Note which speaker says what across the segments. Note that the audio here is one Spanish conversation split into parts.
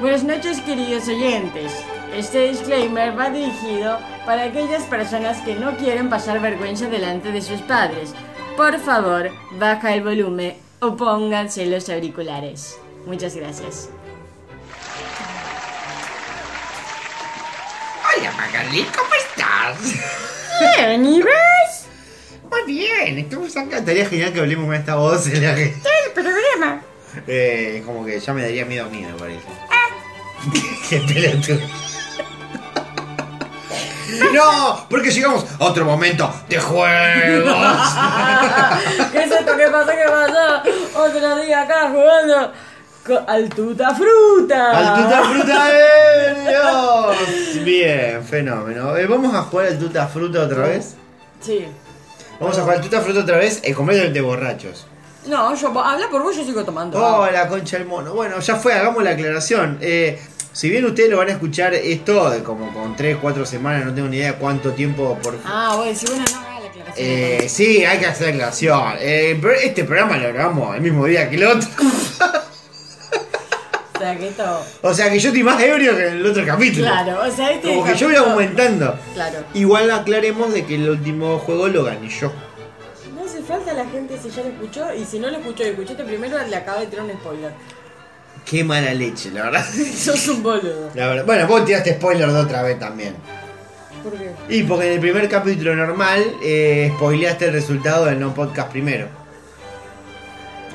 Speaker 1: Buenas noches queridos oyentes. Este disclaimer va dirigido para aquellas personas que no quieren pasar vergüenza delante de sus padres. Por favor, baja el volumen o pónganse los auriculares. Muchas gracias.
Speaker 2: Hola Magali, ¿cómo estás?
Speaker 1: Bien, ¿y ves?
Speaker 2: Muy bien, estamos acá. Estaría genial que hablemos con esta voz en la que...
Speaker 1: El programa.
Speaker 2: Eh, como que ya me daría miedo a mí, me parece. Qué pelotudo. No, porque llegamos a otro momento de juegos.
Speaker 1: ¿Qué es esto? ¿Qué pasó? ¿Qué pasó? Otro día acá jugando co- al tuta fruta.
Speaker 2: Al Tuta Fruta de Dios. Bien, fenómeno. Eh, vamos a jugar al Tuta Fruta otra vez.
Speaker 1: Sí.
Speaker 2: Vamos a jugar al Tuta Fruta otra vez, eh, completamente borrachos.
Speaker 1: No, yo habla por vos, yo sigo tomando.
Speaker 2: Oh, la concha del mono. Bueno, ya fue, hagamos la aclaración. Eh, si bien ustedes lo van a escuchar esto de como con 3, 4 semanas, no tengo ni idea cuánto tiempo por...
Speaker 1: Ah, bueno, sí, bueno, no haga la aclaración.
Speaker 2: Eh, sí, hay que hacer aclaración. Eh, pero este programa lo grabamos el mismo día que el otro.
Speaker 1: O sea, que esto.
Speaker 2: O sea que yo estoy más ebrio que en el otro capítulo.
Speaker 1: Claro, o sea, este.
Speaker 2: Como que yo voy
Speaker 1: capítulo-
Speaker 2: aumentando.
Speaker 1: Claro.
Speaker 2: Igual aclaremos de que el último juego lo gané yo.
Speaker 1: No hace falta la gente si ya lo escuchó y si no lo escuchó y escuchaste primero, le acaba de tirar un spoiler.
Speaker 2: Qué mala leche, la verdad.
Speaker 1: Sos un boludo.
Speaker 2: La verdad. Bueno, vos tiraste spoiler de otra vez también.
Speaker 1: ¿Por qué?
Speaker 2: Y porque en el primer capítulo normal eh, spoileaste el resultado del no podcast primero.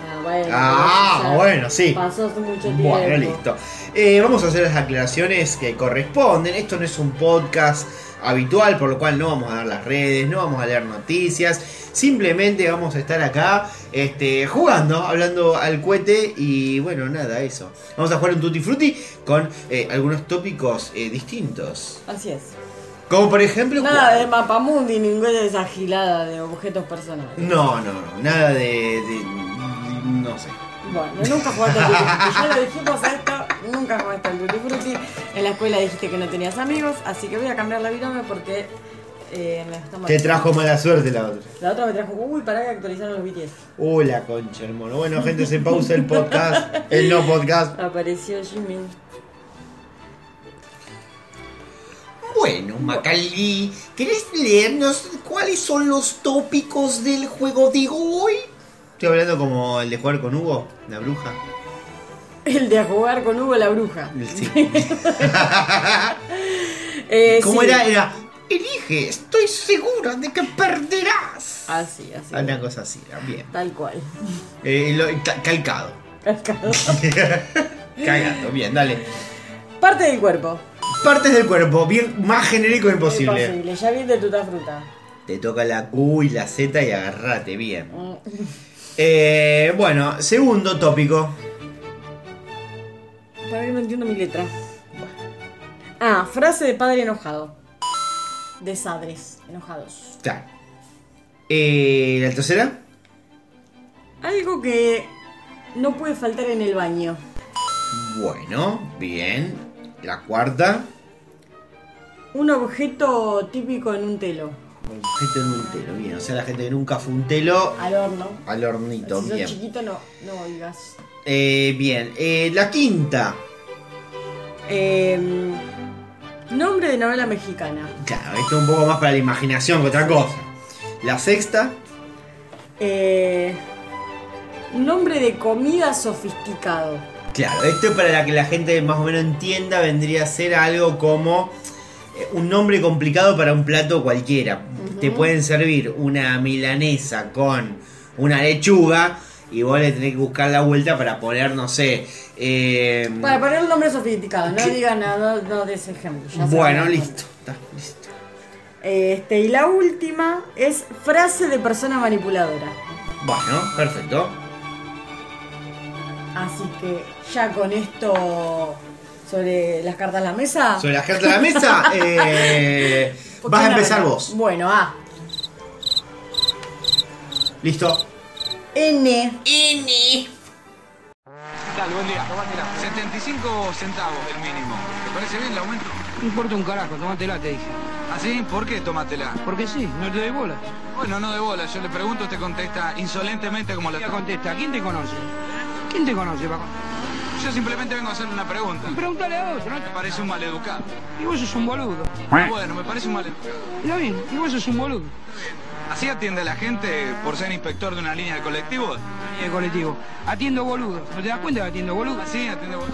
Speaker 1: Ah, bueno.
Speaker 2: Ah,
Speaker 1: pero ya
Speaker 2: bueno, sí.
Speaker 1: Pasó hace mucho tiempo.
Speaker 2: Bueno, listo. Eh, vamos a hacer las aclaraciones que corresponden. Esto no es un podcast habitual, por lo cual no vamos a dar las redes, no vamos a leer noticias. Simplemente vamos a estar acá este, jugando, hablando al cohete y bueno, nada, eso. Vamos a jugar un tutti frutti con eh, algunos tópicos eh, distintos.
Speaker 1: Así es.
Speaker 2: Como por ejemplo...
Speaker 1: Nada de mapamundi, ninguna de esa gilada de objetos personales.
Speaker 2: No, no, no, nada de... de- no sé.
Speaker 1: Bueno, nunca jugaste al Tutti Frutti. Ya lo dijimos esto, nunca jugaste al Tutti Frutti. En la escuela dijiste que no tenías amigos, así que voy a cambiar la virome porque eh, me está mal.
Speaker 2: Te trajo mala suerte la otra.
Speaker 1: La otra me trajo, uy, pará que actualizaron los BTS.
Speaker 2: Hola, concha, hermano. Bueno, gente, se pausa el podcast, el no podcast.
Speaker 1: Apareció Jimmy.
Speaker 2: Bueno, Macalí, ¿querés leernos cuáles son los tópicos del juego de hoy? Estoy hablando como el de jugar con Hugo, la bruja.
Speaker 1: El de a jugar con Hugo la bruja.
Speaker 2: Sí.
Speaker 1: Eh,
Speaker 2: ¿Cómo
Speaker 1: sí.
Speaker 2: era? Era, elige, estoy segura de que perderás.
Speaker 1: Así, Ah, así.
Speaker 2: Ah, Una cosa así, era bien.
Speaker 1: Tal cual.
Speaker 2: Eh, lo- ca- calcado. Cagando, bien, dale.
Speaker 1: Parte del cuerpo.
Speaker 2: Partes del cuerpo, bien más genérico imposible.
Speaker 1: Imposible. Ya viste tuta fruta.
Speaker 2: Te toca la Q y la Z y agarrate, bien. Eh, bueno, segundo tópico.
Speaker 1: Para que no entiendo mi letra. Ah, frase de padre enojado. De sadres, enojados.
Speaker 2: Claro. Eh, la tercera.
Speaker 1: Algo que no puede faltar en el baño.
Speaker 2: Bueno, bien. La cuarta.
Speaker 1: Un objeto típico en un telo.
Speaker 2: Gente en un telo, bien. O sea, la gente que nunca fue un telo
Speaker 1: Al horno.
Speaker 2: al hornito,
Speaker 1: Si sos
Speaker 2: bien.
Speaker 1: chiquito no, no oigas.
Speaker 2: Eh, bien. Eh, la quinta.
Speaker 1: Em, nombre de novela mexicana.
Speaker 2: Claro, esto es un poco más para la imaginación que otra cosa. La sexta.
Speaker 1: Eh, nombre de comida sofisticado.
Speaker 2: Claro, esto es para la que la gente más o menos entienda, vendría a ser algo como eh, un nombre complicado para un plato cualquiera. Te pueden servir una milanesa con una lechuga y vos le tenés que buscar la vuelta para poner, no sé. eh,
Speaker 1: Para poner un nombre sofisticado, no digan nada no, de ese ejemplo. ya se
Speaker 2: bueno,
Speaker 1: van a dar
Speaker 2: listo, está, listo.
Speaker 1: cuenta. Este, y la última es frase de persona manipuladora.
Speaker 2: Bueno, perfecto. Mm.
Speaker 1: Así que ya con esto sobre las cartas a la mesa.
Speaker 2: Sobre la carta de la mesa, eh,
Speaker 1: ¿por qué
Speaker 2: vas a
Speaker 1: no
Speaker 2: empezar
Speaker 1: arranca?
Speaker 2: vos.
Speaker 1: Bueno, A.
Speaker 2: Listo.
Speaker 1: N.
Speaker 3: 75 centavos el mínimo. ¿Te parece bien el aumento?
Speaker 4: No importa un carajo, tomátela, te dije.
Speaker 3: ¿Así? ¿Por qué tomátela?
Speaker 4: Porque sí, no te doy bola.
Speaker 3: Bueno, no de bola. Yo le pregunto, usted contesta insolentemente como la
Speaker 4: Ya contesta, ¿quién te conoce? ¿Quién te conoce, Paco?
Speaker 3: Yo Yo simplemente vengo a hacerle una pregunta.
Speaker 4: Pregúntale a otro.
Speaker 3: Me parece un maleducado.
Speaker 4: Y vos sos un boludo.
Speaker 3: Ah, Bueno, me parece un maleducado.
Speaker 4: Está bien, y vos sos un boludo.
Speaker 3: ¿Así atiende a la gente por ser inspector de una línea de colectivos?
Speaker 4: El colectivo. Atiendo boludo. ¿No te das cuenta que atiendo boludo?
Speaker 3: Así atiende vos.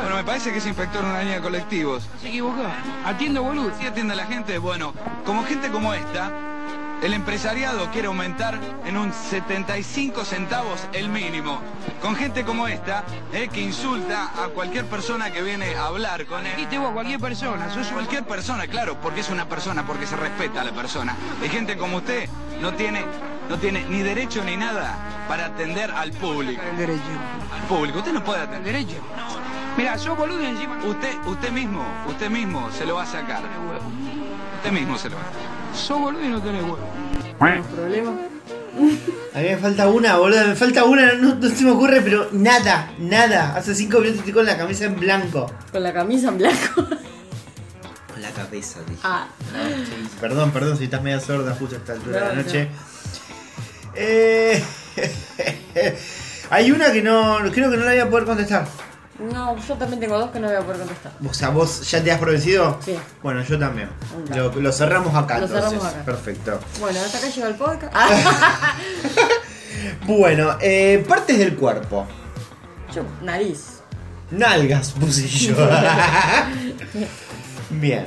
Speaker 3: Bueno, me parece que es inspector de una línea de colectivos.
Speaker 4: Se equivocó. Atiendo boludo.
Speaker 3: Así atiende a la gente. Bueno, como gente como esta, el empresariado quiere aumentar en un 75 centavos el mínimo. Con gente como esta, eh, que insulta a cualquier persona que viene a hablar con él.
Speaker 4: Dijiste vos, cualquier persona. Sos un...
Speaker 3: Cualquier persona, claro, porque es una persona, porque se respeta a la persona. Y gente como usted no tiene, no tiene ni derecho ni nada para atender al público.
Speaker 4: El derecho.
Speaker 3: Al público, usted no puede
Speaker 4: El
Speaker 3: atender.
Speaker 4: derecho. Mira, sos boludo y encima...
Speaker 3: Usted, usted mismo, usted mismo se lo va a sacar. Usted mismo se lo va a sacar.
Speaker 4: Sos boludo y no tenés huevo.
Speaker 1: problema.
Speaker 2: A mí me falta una, boludo. Me falta una, no, no se me ocurre, pero nada, nada. Hace cinco minutos estoy con la camisa en blanco.
Speaker 1: Con la camisa en blanco.
Speaker 2: Con la cabeza, dije.
Speaker 1: ah.
Speaker 2: Perdón, perdón si estás media sorda justo a esta altura de
Speaker 1: No,
Speaker 2: la noche. Eh, Hay una que no. Creo que no la voy a poder contestar.
Speaker 1: No, yo también tengo dos que no voy a poder contestar.
Speaker 2: O sea, vos ya te has provecido.
Speaker 1: Sí.
Speaker 2: Bueno, yo también.
Speaker 1: Anda.
Speaker 2: Lo, lo cerramos acá
Speaker 1: Lo
Speaker 2: entonces.
Speaker 1: cerramos acá.
Speaker 2: Perfecto.
Speaker 1: Bueno, hasta acá llegó el podcast. Ah.
Speaker 2: Bueno, eh, partes del cuerpo.
Speaker 1: Yo, nariz.
Speaker 2: Nalgas puse yo. Bien.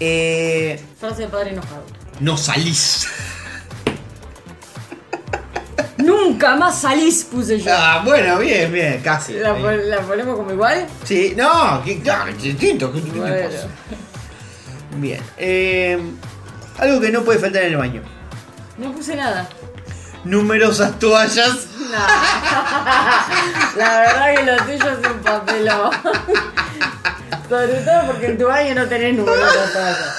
Speaker 2: Eh,
Speaker 1: Frase de padre enojado.
Speaker 2: no salís.
Speaker 1: Nunca más salís, puse yo.
Speaker 2: Ah, bueno, bien, bien, casi.
Speaker 1: La,
Speaker 2: Ahí.
Speaker 1: pon- la ponemos como igual.
Speaker 2: Sí, no, que, no, que distinto. que- que- que-
Speaker 1: Bueno.
Speaker 2: Bien. eh, algo que no puede faltar en el baño.
Speaker 1: No puse nada.
Speaker 2: Numerosas toallas.
Speaker 1: No. La verdad que lo tuyo es un papelón. Sobre todo porque en tu baño no tenés número de toallas.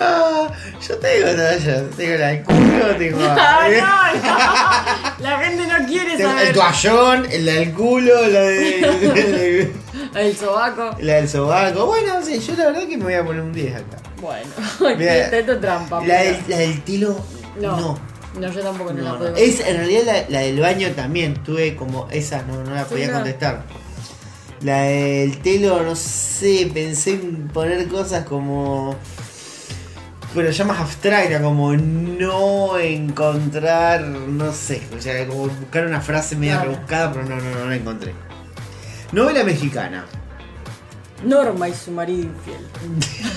Speaker 2: Ah, yo tengo toallas. Tengo la del culo, tengo,
Speaker 1: Ah, no, no. La gente no quiere
Speaker 2: tengo el
Speaker 1: saber.
Speaker 2: toallón, el del culo, la, de-
Speaker 1: El sobaco.
Speaker 2: la del sobaco. Bueno, sí, yo la verdad que me voy a poner un 10 acá.
Speaker 1: Bueno,
Speaker 2: Bien.
Speaker 1: intento trampa.
Speaker 2: La
Speaker 1: pero-
Speaker 2: del, la del tilo,
Speaker 1: No.
Speaker 2: no.
Speaker 1: No, yo tampoco no,
Speaker 2: No,
Speaker 1: la
Speaker 2: no.
Speaker 1: puedo.
Speaker 2: Es, en realidad la, la del baño también, tuve como esa, no, no la
Speaker 1: Sí,
Speaker 2: podía
Speaker 1: no.
Speaker 2: contestar. La del telo, no sé, pensé en poner cosas como... Pero ya más abstracta, como no encontrar, no sé, o sea, como buscar una frase media
Speaker 1: Claro.
Speaker 2: rebuscada, pero no, no, no la encontré. Novela mexicana.
Speaker 1: Norma y su marido infiel.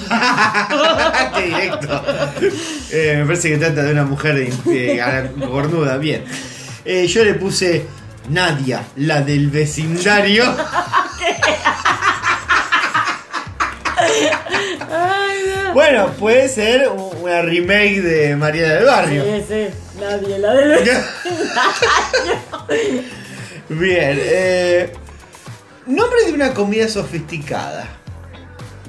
Speaker 2: Qué directo. Eh, me parece que trata de una mujer eh, a la- cornuda. Bien. Eh, yo le puse Nadia, la del vecindario.
Speaker 1: Ay,
Speaker 2: Bueno, puede ser u- una remake de María del
Speaker 1: no.
Speaker 2: Barrio.
Speaker 1: Sí, sí. Nadie la del.
Speaker 2: Bien. eh, nombre de una comida sofisticada.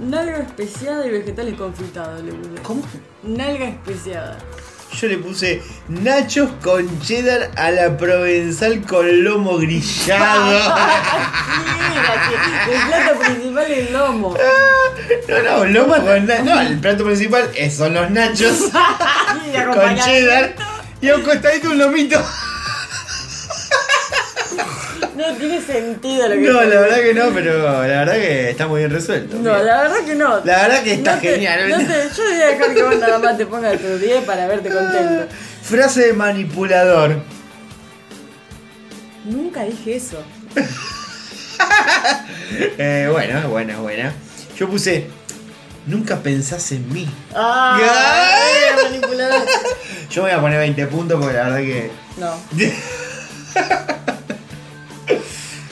Speaker 1: Nalga especiada y vegetales confitados, le puse.
Speaker 2: ¿Cómo?
Speaker 1: Nalga especiada.
Speaker 2: Yo le puse nachos con cheddar a la provenzal con lomo grillado.
Speaker 1: Mira, que el plato principal es el lomo.
Speaker 2: No, no, lomo con na- No, el plato principal es- son los nachos.
Speaker 1: Y de
Speaker 2: con cheddar
Speaker 1: acompañamiento.
Speaker 2: y a un costadito un lomito.
Speaker 1: No tiene sentido lo que
Speaker 2: No,
Speaker 1: estoy
Speaker 2: la verdad
Speaker 1: diciendo.
Speaker 2: que no, pero la verdad que está muy bien resuelto.
Speaker 1: No, la verdad que no.
Speaker 2: La verdad que está
Speaker 1: No te-
Speaker 2: genial.
Speaker 1: no te- yo voy a dejar que vos nada más te pongas tu 10 para verte
Speaker 2: Ah.
Speaker 1: contento.
Speaker 2: Frase de manipulador.
Speaker 1: Nunca dije eso.
Speaker 2: Eh, bueno, es buena, es buena. Yo puse, nunca pensás en mí.
Speaker 1: Ah,
Speaker 2: Ya.
Speaker 1: era manipulador.
Speaker 2: Yo voy a poner 20 puntos porque la verdad que...
Speaker 1: No.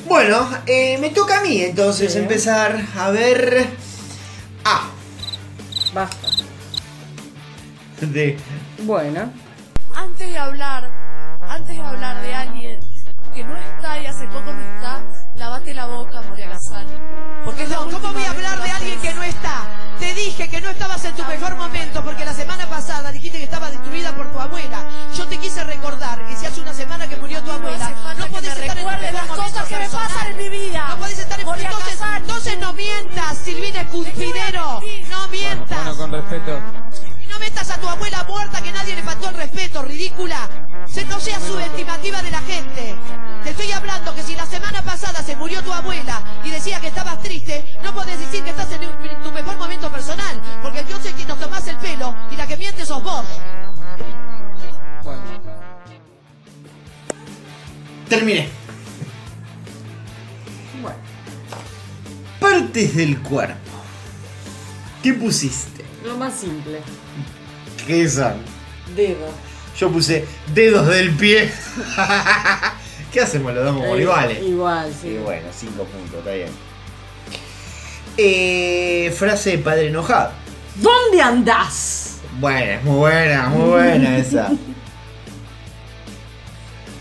Speaker 2: Bueno, eh, me toca a mí entonces
Speaker 1: Bien.
Speaker 2: empezar a ver... Ah, A.
Speaker 1: Basta.
Speaker 2: De...
Speaker 1: Bueno.
Speaker 5: antes de hablar, antes de hablar de alguien que no está y hace poco no está, lavate la boca, Moria Gazán. Porque es la
Speaker 6: No, ¿Cómo
Speaker 5: última
Speaker 6: voy a
Speaker 5: vez
Speaker 6: hablar
Speaker 5: lo
Speaker 6: de
Speaker 5: haces.
Speaker 6: alguien que no está? Te dije que no estabas en tu mejor momento porque la semana pasada dijiste que estaba destruida por tu abuela. Yo te quise recordar que si hace una semana que murió tu
Speaker 5: No
Speaker 6: abuela,
Speaker 5: hace falta
Speaker 6: no
Speaker 5: que me
Speaker 6: podés estar en tu
Speaker 5: recuerdes
Speaker 6: mejor
Speaker 5: las
Speaker 6: momento
Speaker 5: cosas que me
Speaker 6: personal.
Speaker 5: pasan en mi vida.
Speaker 6: No podés estar en
Speaker 5: Moria
Speaker 6: entonces,
Speaker 5: Kazan.
Speaker 6: entonces no mientas, Silvina Cuspidero. No mientas.
Speaker 4: respeto.
Speaker 6: Y no metas a tu abuela muerta que nadie le faltó el respeto, ridícula. Se- no seas subestimativa de la gente. Te estoy hablando que si la semana pasada se murió tu abuela y decía que estabas triste, no podés decir que estás en un- tu mejor momento personal, porque yo sé que nos tomás el pelo y la que miente sos vos.
Speaker 2: Terminé.
Speaker 1: Bueno,
Speaker 2: Partes del cuerpo. ¿Qué pusiste?
Speaker 1: lo más simple.
Speaker 2: ¿Qué son?
Speaker 1: Dedo.
Speaker 2: Yo puse dedos del pie. ¿Qué hacemos? Lo damos por
Speaker 1: Eh,
Speaker 2: iguales.
Speaker 1: Igual, sí.
Speaker 2: Sí, bueno, 5 puntos, está bien. Eh, frase de padre enojado.
Speaker 1: ¿Dónde andás?
Speaker 2: Buena, es muy buena, muy buena esa.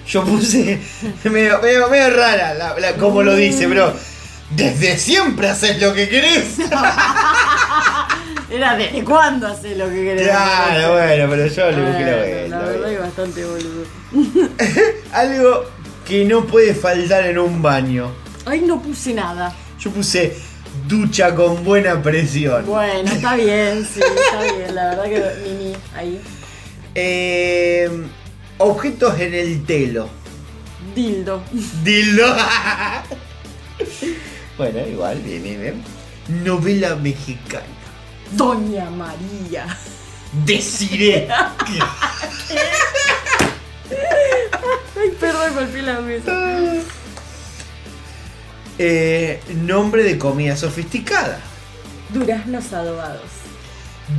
Speaker 2: Yo puse medio, medio, medio rara la- la- como lo dice, bro. Desde siempre haces lo que querés.
Speaker 1: Era desde cuándo haces lo que querés.
Speaker 2: Claro, bueno, pero yo le
Speaker 1: Bueno,
Speaker 2: busqué la
Speaker 1: la
Speaker 2: vuelta.
Speaker 1: verdad
Speaker 2: bien.
Speaker 1: es bastante boludo.
Speaker 2: Algo que no puede faltar en un baño.
Speaker 1: Ay, no puse nada.
Speaker 2: Yo puse ducha con buena presión.
Speaker 1: Bueno, está bien, sí, está bien. La verdad que Mimi, ahí.
Speaker 2: Eh, objetos en el telo.
Speaker 1: Dildo.
Speaker 2: Dildo. bueno, igual, bien, bien, bien. Novela mexicana.
Speaker 1: Doña María.
Speaker 2: Deciré.
Speaker 1: Ay, perro, golpeé la mesa.
Speaker 2: Eh, nombre de comida sofisticada.
Speaker 1: Duraznos adobados.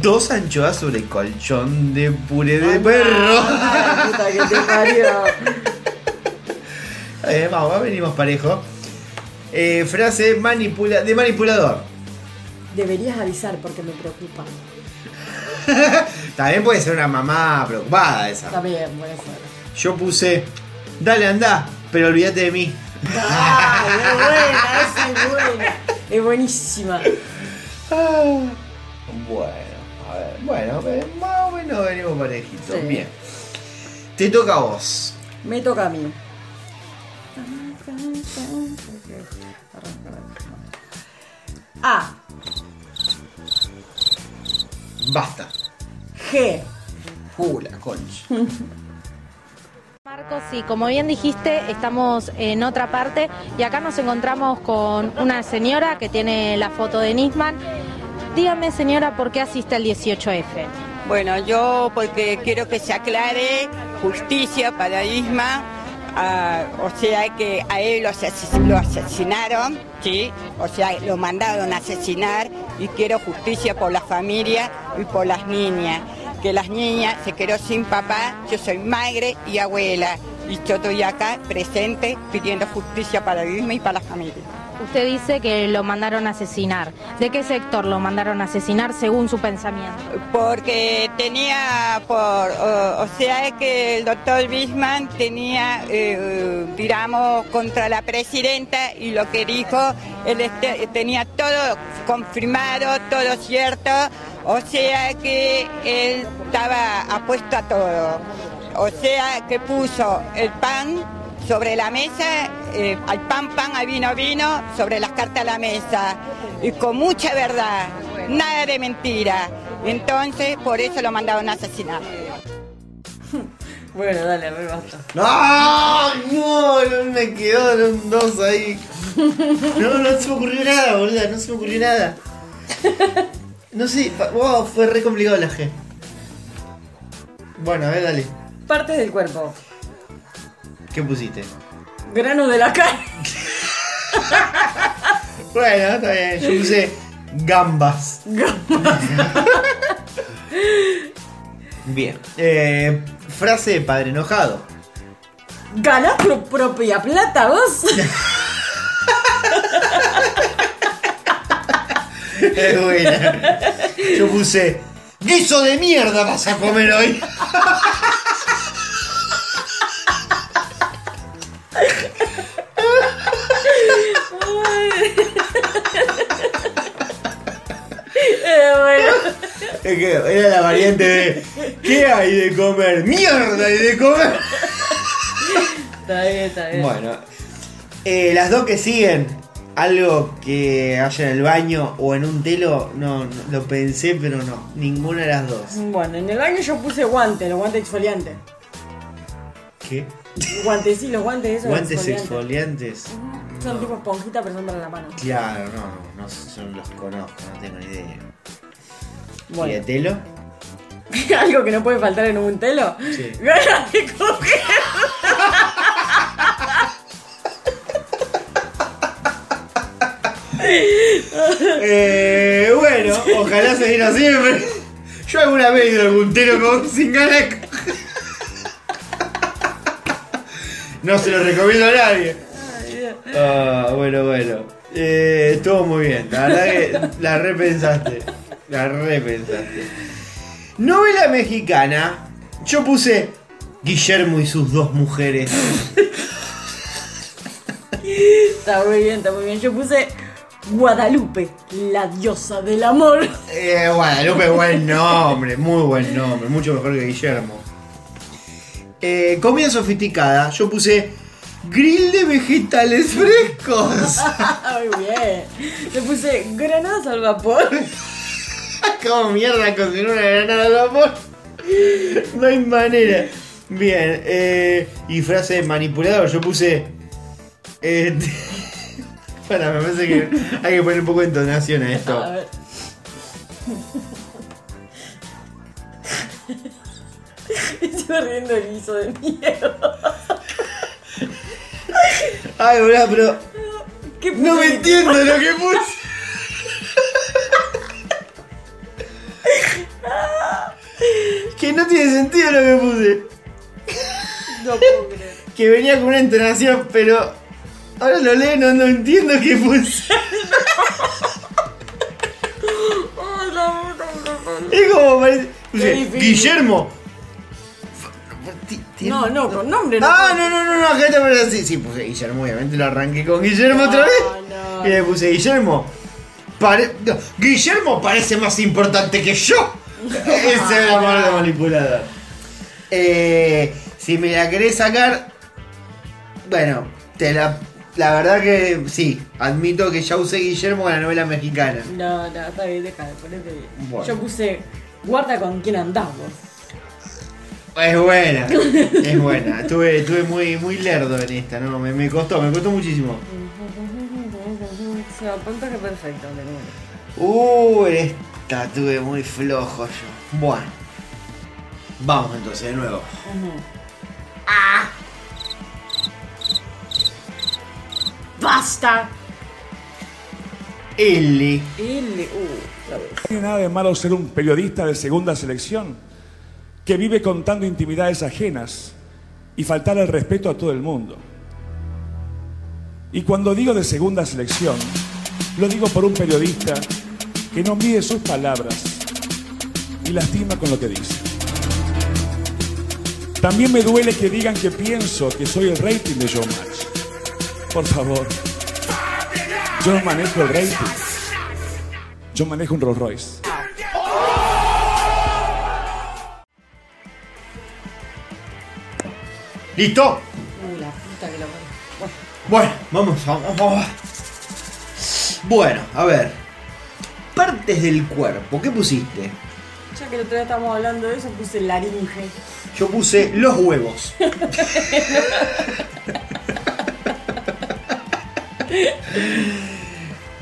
Speaker 2: Dos anchoas sobre colchón de puré de
Speaker 1: Ay,
Speaker 2: perro.
Speaker 1: puta que te parió.
Speaker 2: Eh, vamos, venimos parejo. Eh, frase manipula de manipulador.
Speaker 1: Deberías avisar porque me preocupa.
Speaker 2: También puede ser una mamá preocupada
Speaker 1: Está
Speaker 2: esa.
Speaker 1: bien, puede ser.
Speaker 2: Yo puse, dale, anda, pero olvídate de mí.
Speaker 1: Ay, es buena, esa es buena. Es buenísima.
Speaker 2: Ah, Bueno, a ver, bueno, eh, más o menos venimos parejitos.
Speaker 1: Sí.
Speaker 2: Bien. Te toca a vos.
Speaker 1: Me toca a mí. A,
Speaker 2: Basta.
Speaker 1: G,
Speaker 2: Uh, la concha.
Speaker 7: Marcos, sí, como bien dijiste, estamos en otra parte y acá nos encontramos con una señora que tiene la foto de Nisman. Dígame, señora, ¿por qué asiste al 18F?
Speaker 8: Bueno, yo porque quiero que se aclare justicia para Isma, ah, o sea que a él lo, ases- lo asesinaron, ¿sí? O sea, lo mandaron a asesinar y quiero justicia por la familia y por las niñas. Que las niñas se quedó sin papá, yo soy madre y abuela. Y yo estoy acá presente pidiendo justicia para Isma y para la familia.
Speaker 7: Usted dice que lo mandaron a asesinar. ¿De qué sector lo mandaron a asesinar según su pensamiento?
Speaker 8: Porque tenía, por, o, o sea que el doctor Bisman tenía, eh, digamos, contra la presidenta y lo que dijo, él este- tenía todo confirmado, todo cierto, o sea que él estaba apuesto a todo. O sea que puso el pan sobre la mesa, eh, al pan, pan, al vino, vino, sobre las cartas a la mesa. Y con mucha verdad, nada de mentira. Entonces, por eso lo mandaron a asesinar.
Speaker 1: Bueno, dale, re basta.
Speaker 2: ¡Ah! No, no me quedaron dos ahí. No, no se me ocurrió nada, boluda, no se me ocurrió nada. No sé, fa- wow, fue re complicado la G. Bueno, a ver, dale.
Speaker 1: Partes del cuerpo.
Speaker 2: ¿Qué pusiste?
Speaker 1: Grano de la cara.
Speaker 2: Bueno, está bien, yo puse gambas. Bien. Eh, frase de padre enojado.
Speaker 1: Ganás tu propia plata, vos.
Speaker 2: Es buena. Yo puse. ¡Guiso de mierda vas a comer hoy!
Speaker 1: Eh, bueno.
Speaker 2: Es que Era la variante de. ¿Qué hay de comer? ¡Mierda hay de comer!
Speaker 1: Está bien, está bien.
Speaker 2: Bueno. eh, las dos que siguen. Algo que haya en el baño o en un telo, no, no, lo pensé, pero no. Ninguna de las dos.
Speaker 1: Bueno, en el baño yo puse guante, el guante exfoliante.
Speaker 2: ¿Qué?
Speaker 1: Guantes, sí, los guantes esos.
Speaker 2: Guantes
Speaker 1: exfoliantes.
Speaker 2: exfoliantes.
Speaker 1: Son tipo esponjita, pero son para la mano.
Speaker 2: Claro, no, no, no, yo no los conozco, no tengo ni idea. ¿Y
Speaker 1: Bueno,
Speaker 2: el telo?
Speaker 1: algo que no puede faltar en un telo.
Speaker 2: Sí.
Speaker 1: Ganas de coger.
Speaker 2: Eh, bueno, ojalá se diera siempre. Yo alguna vez hice algún telo con, sin ganas. de coger. No se lo recomiendo a nadie. Ah, bueno, bueno. Eh, estuvo muy bien. La verdad que la repensaste. La repensaste. Novela mexicana. Yo puse Guillermo y sus dos mujeres.
Speaker 1: Está muy bien, está muy bien. Yo puse Guadalupe, la diosa del amor.
Speaker 2: Eh, Guadalupe, buen nombre, muy buen nombre, mucho mejor que Guillermo. Eh, comida sofisticada, yo puse grill de vegetales frescos.
Speaker 1: muy bien. Yo puse granadas al vapor.
Speaker 2: ¿Cómo mierda cocinó una granada al vapor? No hay manera. Bien, eh, y frase de manipulador, yo puse... eh, para, me parece que hay que poner un poco de entonación a esto.
Speaker 1: A ver. Estoy riendo el guiso de miedo.
Speaker 2: Ay, boludo, pero...
Speaker 1: ¿Qué
Speaker 2: No me
Speaker 1: puse?
Speaker 2: entiendo lo que puse. que no tiene sentido lo que puse.
Speaker 1: No puedo creer.
Speaker 2: Que venía con una entonación, pero ahora lo leo y no, no entiendo qué puse.
Speaker 1: Oh, no, no, no, no.
Speaker 2: Es como parece. puse,
Speaker 1: Qué difícil.
Speaker 2: Guillermo.
Speaker 1: No, no, con nombre no.
Speaker 2: Ah,
Speaker 1: puedo.
Speaker 2: no, no, no, no, acá está, pero sí, sí, puse Guillermo, obviamente lo arranqué con Guillermo otra vez.
Speaker 1: No, no.
Speaker 2: Y le puse Guillermo. pare- no, Guillermo parece más importante que yo. Esa es la palabra manipulada. Eh, si me la querés sacar, bueno, te la, la verdad que sí, admito que ya usé Guillermo en la novela mexicana.
Speaker 1: No, no, está bien, déjame, ponete bien.
Speaker 2: Bueno.
Speaker 1: Yo puse guarda con quién andamos.
Speaker 2: Es buena, es buena. Estuve, estuve muy, muy lerdo en esta, ¿no? Me, me costó, me costó muchísimo.
Speaker 1: Se apunta que perfecto, de nuevo.
Speaker 2: Uh, en esta estuve muy flojo yo. Bueno. Vamos entonces de nuevo.
Speaker 1: Ah. ¡Basta!
Speaker 2: L.
Speaker 1: L, uh, la voy a decir.
Speaker 9: No tiene nada de malo ser un periodista de segunda selección que vive contando intimidades ajenas y faltar al respeto a todo el mundo. Y cuando digo de segunda selección, lo digo por un periodista que no mide sus palabras y lastima con lo que dice. También me duele que digan que pienso que soy el rating de John Match. Por favor, yo no manejo el rating. Yo manejo un Rolls Royce.
Speaker 2: ¿Listo?
Speaker 1: Uh, la puta que la parió. Bueno,
Speaker 2: Bueno, vamos, vamos, vamos. Bueno, a ver. Partes del cuerpo, ¿qué pusiste?
Speaker 1: ya que el otro día estábamos hablando de eso, puse laringe.
Speaker 2: Yo puse los huevos.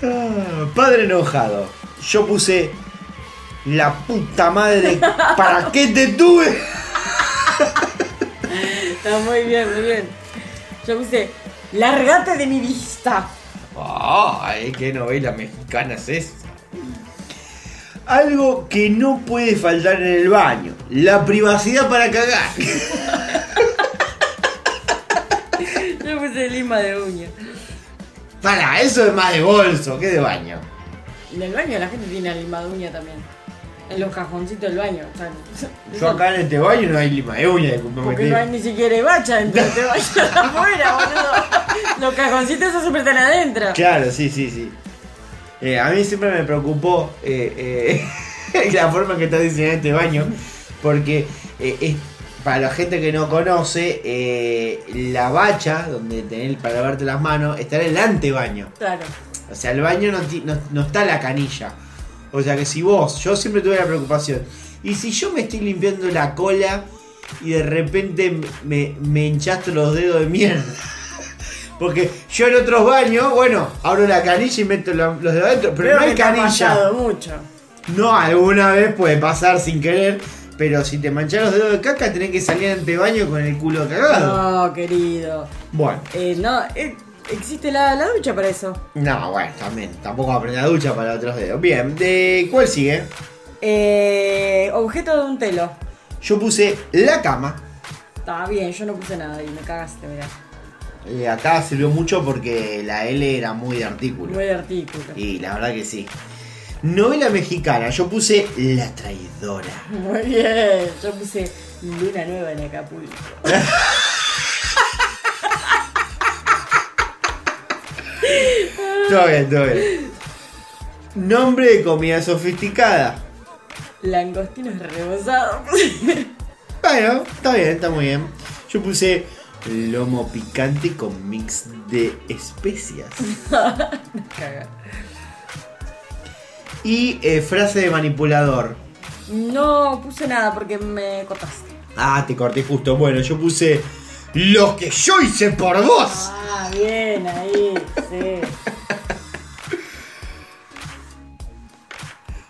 Speaker 2: Ah, Padre enojado. Yo puse la puta madre. ¿Para qué te tuve?
Speaker 1: Está muy bien, muy bien. Yo puse largate de mi vista.
Speaker 2: Ay, qué novela mexicana es esta. Algo que no puede faltar en el baño. La privacidad para cagar.
Speaker 1: Yo puse lima de uña.
Speaker 2: Para, eso es más de bolso, que de baño.
Speaker 1: En el baño la gente tiene lima de uña también. En los cajoncitos del baño. o sea,
Speaker 2: Yo acá en este baño no hay lima de uña de
Speaker 1: Porque no hay ni siquiera bacha, entonces te vayas afuera, boludo. Los cajoncitos esos siempre están adentro.
Speaker 2: Claro, sí, sí, sí. Eh, a mí siempre me preocupó eh, eh, la forma en que está diseñado este baño, porque eh, es- para la gente que no conoce, eh, la bacha donde tenés para lavarte las manos está en el antebaño.
Speaker 1: Claro.
Speaker 2: O sea, el baño no, ti- no, no está la canilla. O sea que si vos, yo siempre tuve la preocupación. Y si yo me estoy limpiando la cola y de repente me, me hinchaste los dedos de mierda. Porque yo en otros baños, bueno, abro la canilla y meto la- los dedos adentro, pero
Speaker 1: Creo
Speaker 2: no
Speaker 1: que
Speaker 2: hay
Speaker 1: te ha
Speaker 2: canilla.
Speaker 1: pasado mucho.
Speaker 2: No, alguna vez puede pasar sin querer, pero si te manchas los dedos de caca, tenés que salir ante baño con el culo cagado.
Speaker 1: No, querido.
Speaker 2: Bueno,
Speaker 1: Eh, no, eh, existe la, la ducha para eso.
Speaker 2: no, bueno, también, tampoco aprender a ducha para otros dedos. Bien, ¿de cuál sigue?
Speaker 1: Eh, objeto de un telo.
Speaker 2: Yo puse la cama.
Speaker 1: Está bien, yo no puse nada y me cagaste, mirá.
Speaker 2: Eh, acá sirvió mucho porque la L era muy de artículo.
Speaker 1: Muy de artículo.
Speaker 2: Y la verdad que sí. Novela mexicana, yo puse La traidora.
Speaker 1: Muy bien. Yo puse luna nueva en Acapulco.
Speaker 2: Todo bien, todo bien. Nombre de comida sofisticada.
Speaker 1: Langostinos rebozados.
Speaker 2: Bueno, está bien, está muy bien. Yo puse lomo picante con mix de especias.
Speaker 1: Caga.
Speaker 2: Y eh, frase de manipulador.
Speaker 1: No puse nada porque me cortaste.
Speaker 2: Ah, te corté justo. Bueno, yo puse lo que yo hice por vos.
Speaker 1: Ah, bien, ahí, sí.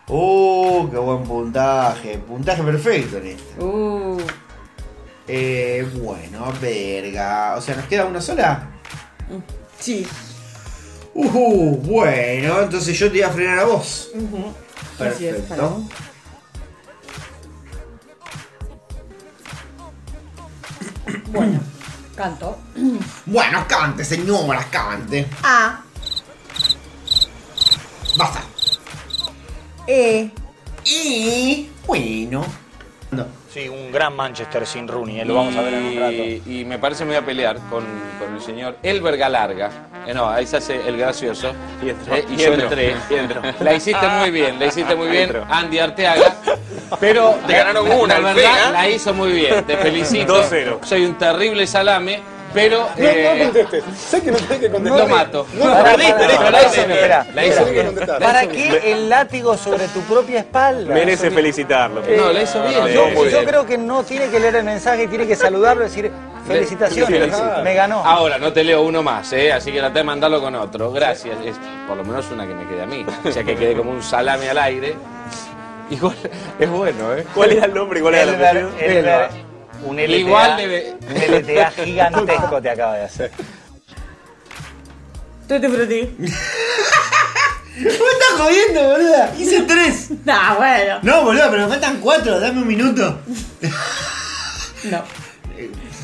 Speaker 2: Oh, qué buen puntaje. Puntaje perfecto en este.
Speaker 1: Uh,
Speaker 2: Eh, bueno, verga. O sea, ¿nos queda una sola?
Speaker 1: sí.
Speaker 2: Uh, bueno, entonces yo te voy a frenar a vos.
Speaker 1: Ujú. Así es, para
Speaker 2: Perfecto.
Speaker 1: vos. Bueno, canto.
Speaker 2: Bueno, cante, señora, cante.
Speaker 1: A,
Speaker 2: Basta.
Speaker 1: E,
Speaker 2: Y bueno. No.
Speaker 10: Sí, un gran Manchester sin Rooney, eh, lo vamos a ver en un rato.
Speaker 11: Y me parece me voy a pelear con, con el señor El Verga Larga. Eh, no, ahí se hace el gracioso.
Speaker 10: Y entró.
Speaker 11: Eh, y
Speaker 10: Y
Speaker 11: yo
Speaker 10: entró.
Speaker 11: entré.
Speaker 10: Y entró.
Speaker 11: La hiciste muy bien, la hiciste muy bien,
Speaker 10: Entró.
Speaker 11: Andy Arteaga. Pero
Speaker 10: Te ganaron
Speaker 11: la-
Speaker 10: una, ¿eh?
Speaker 11: la
Speaker 10: el
Speaker 11: verdad,
Speaker 10: Pega.
Speaker 11: la hizo muy bien. Te felicito.
Speaker 10: 2-0.
Speaker 11: Soy un terrible salame, pero eh,
Speaker 12: Sé que no tenés que
Speaker 11: lo mato.
Speaker 10: Pará, pará,
Speaker 11: Pero
Speaker 10: pará,
Speaker 11: la hizo
Speaker 10: pará,
Speaker 11: bien,
Speaker 10: pará.
Speaker 11: la hizo bien.
Speaker 10: ¿Para
Speaker 13: qué el látigo sobre tu propia espalda? Eh,
Speaker 10: Merece felicitarlo.
Speaker 11: No, la hizo bien.
Speaker 13: Yo,
Speaker 10: Yo- muy bien.
Speaker 13: creo que no tiene que leer el mensaje, tiene que saludarlo y decir felicitaciones,
Speaker 11: Felicito.
Speaker 13: me
Speaker 8: Ah,
Speaker 13: ganó.
Speaker 11: Ahora, no te leo uno más, ¿eh? así que traté de mandarlo con otro. Gracias. Es por lo menos una que me quede a mí. O sea que quede como un salame al aire. Igual, es bueno, ¿eh?
Speaker 10: ¿Cuál era el nombre? y ¿Cuál era el
Speaker 13: Elber,
Speaker 10: apellido?
Speaker 13: Elber, un LTA,
Speaker 11: Igual debe-
Speaker 13: un LTA gigantesco te acaba de hacer.
Speaker 1: Tutti frutti.
Speaker 2: ¿Vos estás jodiendo, boluda? Hice tres.
Speaker 1: Nah, Ah, bueno.
Speaker 2: No, boluda, pero me faltan cuatro. Dame un minuto.
Speaker 1: No.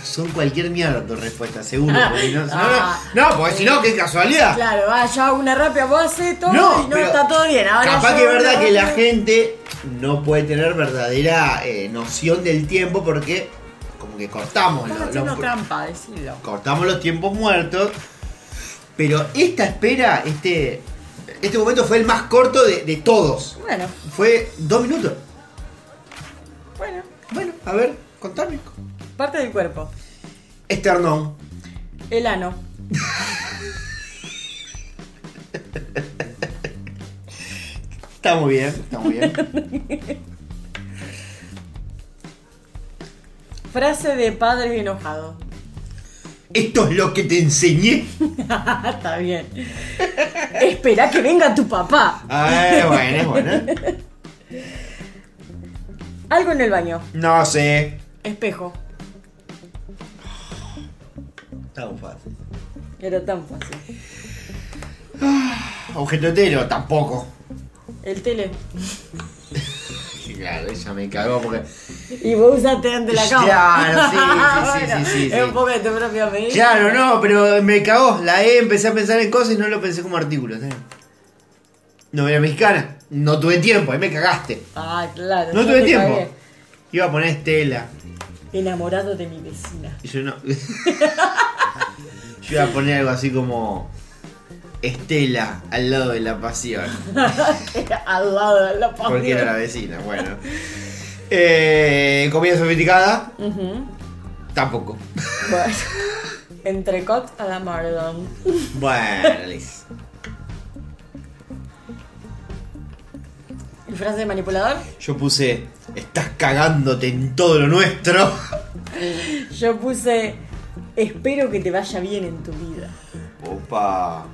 Speaker 2: Son cualquier mierda tus respuestas, seguro.
Speaker 1: Ah.
Speaker 2: porque no, si no,
Speaker 1: Ah.
Speaker 2: no, no, porque si no, qué casualidad.
Speaker 1: Claro, va, yo hago una rápida, vos hacés todo y no
Speaker 2: pero
Speaker 1: está todo bien. Ahora
Speaker 2: capaz
Speaker 1: yo
Speaker 2: que es verdad
Speaker 1: no-
Speaker 2: que la gente no puede tener verdadera eh, noción del tiempo porque como que cortamos
Speaker 1: Estás
Speaker 2: los-
Speaker 1: haciendo
Speaker 2: los-
Speaker 1: trampa, decilo.
Speaker 2: cortamos los tiempos muertos. Pero esta espera, este, este momento fue el más corto de, de todos.
Speaker 1: Bueno,
Speaker 2: Fue dos minutos.
Speaker 1: bueno.
Speaker 2: Bueno, a ver, contame.
Speaker 1: Parte del cuerpo.
Speaker 2: Esternón.
Speaker 1: El ano.
Speaker 2: Está muy bien, está muy bien.
Speaker 1: Frase de padre enojado.
Speaker 2: Esto es lo que te enseñé.
Speaker 1: Está bien. Espera que venga tu papá.
Speaker 2: Ah, es bueno, es bueno.
Speaker 1: Algo en el baño.
Speaker 2: No sé.
Speaker 1: Espejo.
Speaker 2: Está muy fácil.
Speaker 1: Era tan fácil.
Speaker 2: Objeto hetero, tampoco.
Speaker 1: El tele.
Speaker 2: Claro, ella me cagó porque.
Speaker 1: Y vos usaste ante la cama.
Speaker 2: Claro, sí, sí, sí, sí, sí, sí.
Speaker 1: Es un poco de tu propia medida.
Speaker 2: Claro, no, pero me cagó. La E empecé a pensar en cosas y no lo pensé como artículo. ¿sabes? Novela mexicana. No tuve tiempo, ahí me cagaste.
Speaker 1: Ah, claro.
Speaker 2: No
Speaker 1: yo
Speaker 2: tuve
Speaker 1: te
Speaker 2: tiempo.
Speaker 1: cagué.
Speaker 2: Iba a poner Estela.
Speaker 1: Enamorado de mi vecina.
Speaker 2: Y yo no. yo iba a poner algo así como. Estela al lado de la pasión.
Speaker 1: Al lado de la
Speaker 2: Porque era la
Speaker 1: pasión.
Speaker 2: vecina, bueno. Eh, comida sofisticada,
Speaker 1: Ujú.
Speaker 2: tampoco.
Speaker 1: Bueno. Entrecot a la Marlon.
Speaker 2: Bueno, Liz.
Speaker 1: ¿Y frase de manipulador?
Speaker 2: Yo puse. Estás cagándote en todo lo nuestro.
Speaker 1: Yo puse, espero que te vaya bien en tu vida.
Speaker 2: Opa.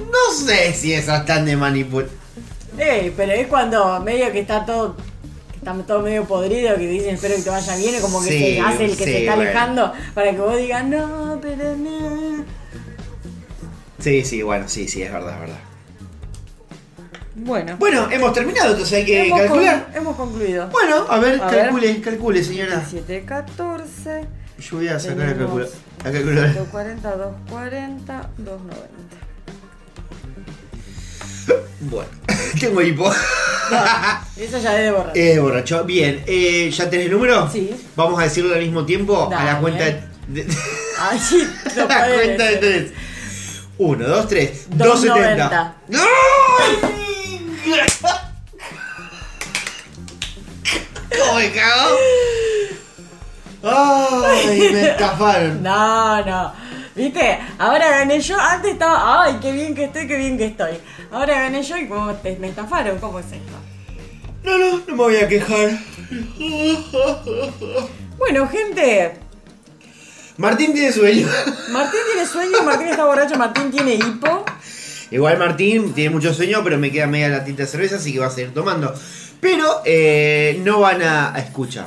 Speaker 2: No sé si esas tan de manipul...
Speaker 1: Eh, pero es cuando medio que está todo, que está todo medio podrido, que dicen espero que te vaya bien, y como que
Speaker 2: Sí,
Speaker 1: se hace el que
Speaker 2: sí,
Speaker 1: se está
Speaker 2: bueno.
Speaker 1: alejando, para que vos digas, no, pero no.
Speaker 2: Sí, sí, bueno, sí, sí, es verdad, es verdad.
Speaker 1: Bueno.
Speaker 2: Bueno, hemos terminado, entonces hay que
Speaker 1: Hemos
Speaker 2: calcular.
Speaker 1: con- hemos concluido.
Speaker 2: Bueno, a ver, calcule, calcule, señora.
Speaker 1: 7, 14.
Speaker 2: Yo voy a sacar la
Speaker 1: Tenemos
Speaker 2: calcula- la calculadora.
Speaker 1: 140, 240, 290.
Speaker 2: Bueno, tengo hipo.
Speaker 1: Eso ya debe borrar.
Speaker 2: Eh, borracho. Bien, eh, ¿ya tenés el número? Sí. Vamos a decirlo al mismo tiempo a la
Speaker 1: Dale.
Speaker 2: cuenta de. de-
Speaker 1: Ay, sí, no
Speaker 2: a la
Speaker 1: puede
Speaker 2: cuenta de
Speaker 1: ser.
Speaker 2: tres. Uno, dos, tres. 270. ¿Cómo me cago?
Speaker 1: ¡Ay,
Speaker 2: me estafaron!
Speaker 1: No, no. ¿Viste? Ahora gané yo. Antes estaba. ¡Ay, qué bien que estoy, qué bien que estoy! Ahora gané yo y como te- me estafaron. ¿Cómo es esto?
Speaker 2: No, no, no me voy a quejar.
Speaker 1: Bueno, gente.
Speaker 2: Martín tiene sueño.
Speaker 1: Martín tiene sueño, Martín está borracho, Martín tiene hipo.
Speaker 2: Igual Martín tiene mucho sueño, pero me queda media latita de cerveza, así que va a seguir tomando. Pero eh, no van a, a escuchar.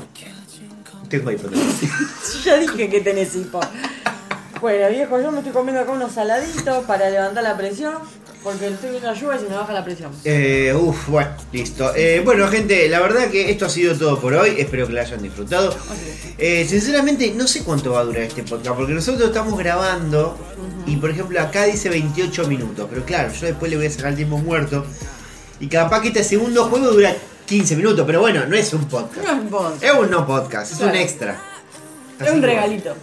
Speaker 2: Tengo ahí, perdón.
Speaker 1: Ya dije que tenés hipo. Bueno, viejo, yo me estoy comiendo acá unos saladitos para levantar la presión. Porque estoy viendo la lluvia y se me baja la presión.
Speaker 2: Eh, uf, bueno, listo. Eh, bueno, gente, la verdad que esto ha sido todo por hoy. Espero que lo hayan disfrutado. Eh, sinceramente, no sé cuánto va a durar este podcast, porque nosotros estamos grabando y, por ejemplo, acá dice 28 minutos. Pero claro, yo después le voy a sacar el tiempo muerto. Y capaz que este segundo juego dura 15 minutos, pero bueno, no es un podcast.
Speaker 1: No es vos.
Speaker 2: Es un no podcast, es un
Speaker 1: Claro.
Speaker 2: extra.
Speaker 1: Es
Speaker 2: Así
Speaker 1: un
Speaker 2: que,
Speaker 1: regalito.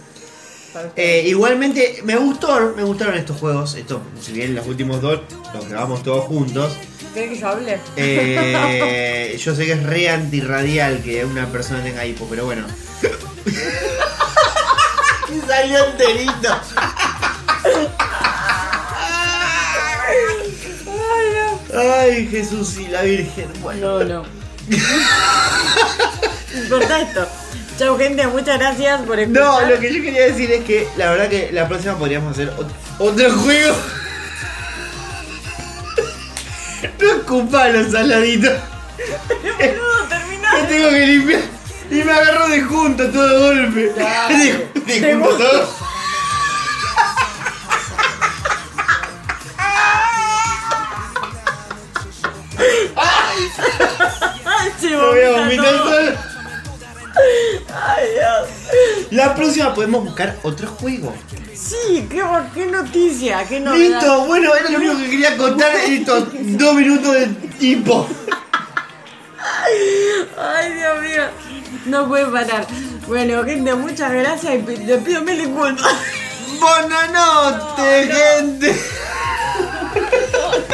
Speaker 2: eh, igualmente, me gustó, me gustaron estos juegos. Estos, si bien los últimos dos los grabamos todos juntos.
Speaker 1: ¿Querés que yo hable?
Speaker 2: Eh, yo sé que es re antirradial que una persona tenga hipo, pero bueno. salió enterito. Ay, Jesús y la Virgen. Bueno.
Speaker 1: No, no. Perfecto. Chau, gente. Muchas gracias por escuchar.
Speaker 2: No, lo que yo quería decir es que la verdad que la próxima podríamos hacer ot- otro juego. No escupa los saladitos.
Speaker 1: Boludo, terminá.
Speaker 2: Que tengo que limpiar. Y me agarró de junto todo de golpe.
Speaker 1: Dale.
Speaker 2: De, de junto todo.
Speaker 1: Se
Speaker 2: Lo voy a
Speaker 1: vomita
Speaker 2: vomitar
Speaker 1: todo.
Speaker 2: solo.
Speaker 1: Ay, Dios.
Speaker 2: La próxima podemos buscar otro juego.
Speaker 1: Sí, qué, qué noticia, qué novedad.
Speaker 2: Listo, bueno, era lo único que quería contar en estos dos minutos de hipo.
Speaker 1: Ay, Dios mío. No puede parar. Bueno, gente, muchas gracias y pi- te pido mil disculpas.
Speaker 2: Buenas noches, gente.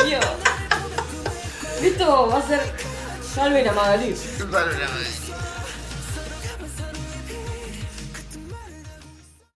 Speaker 1: Dios. Esto va a ser. Salven a Magalí.
Speaker 2: Salven a Magalí.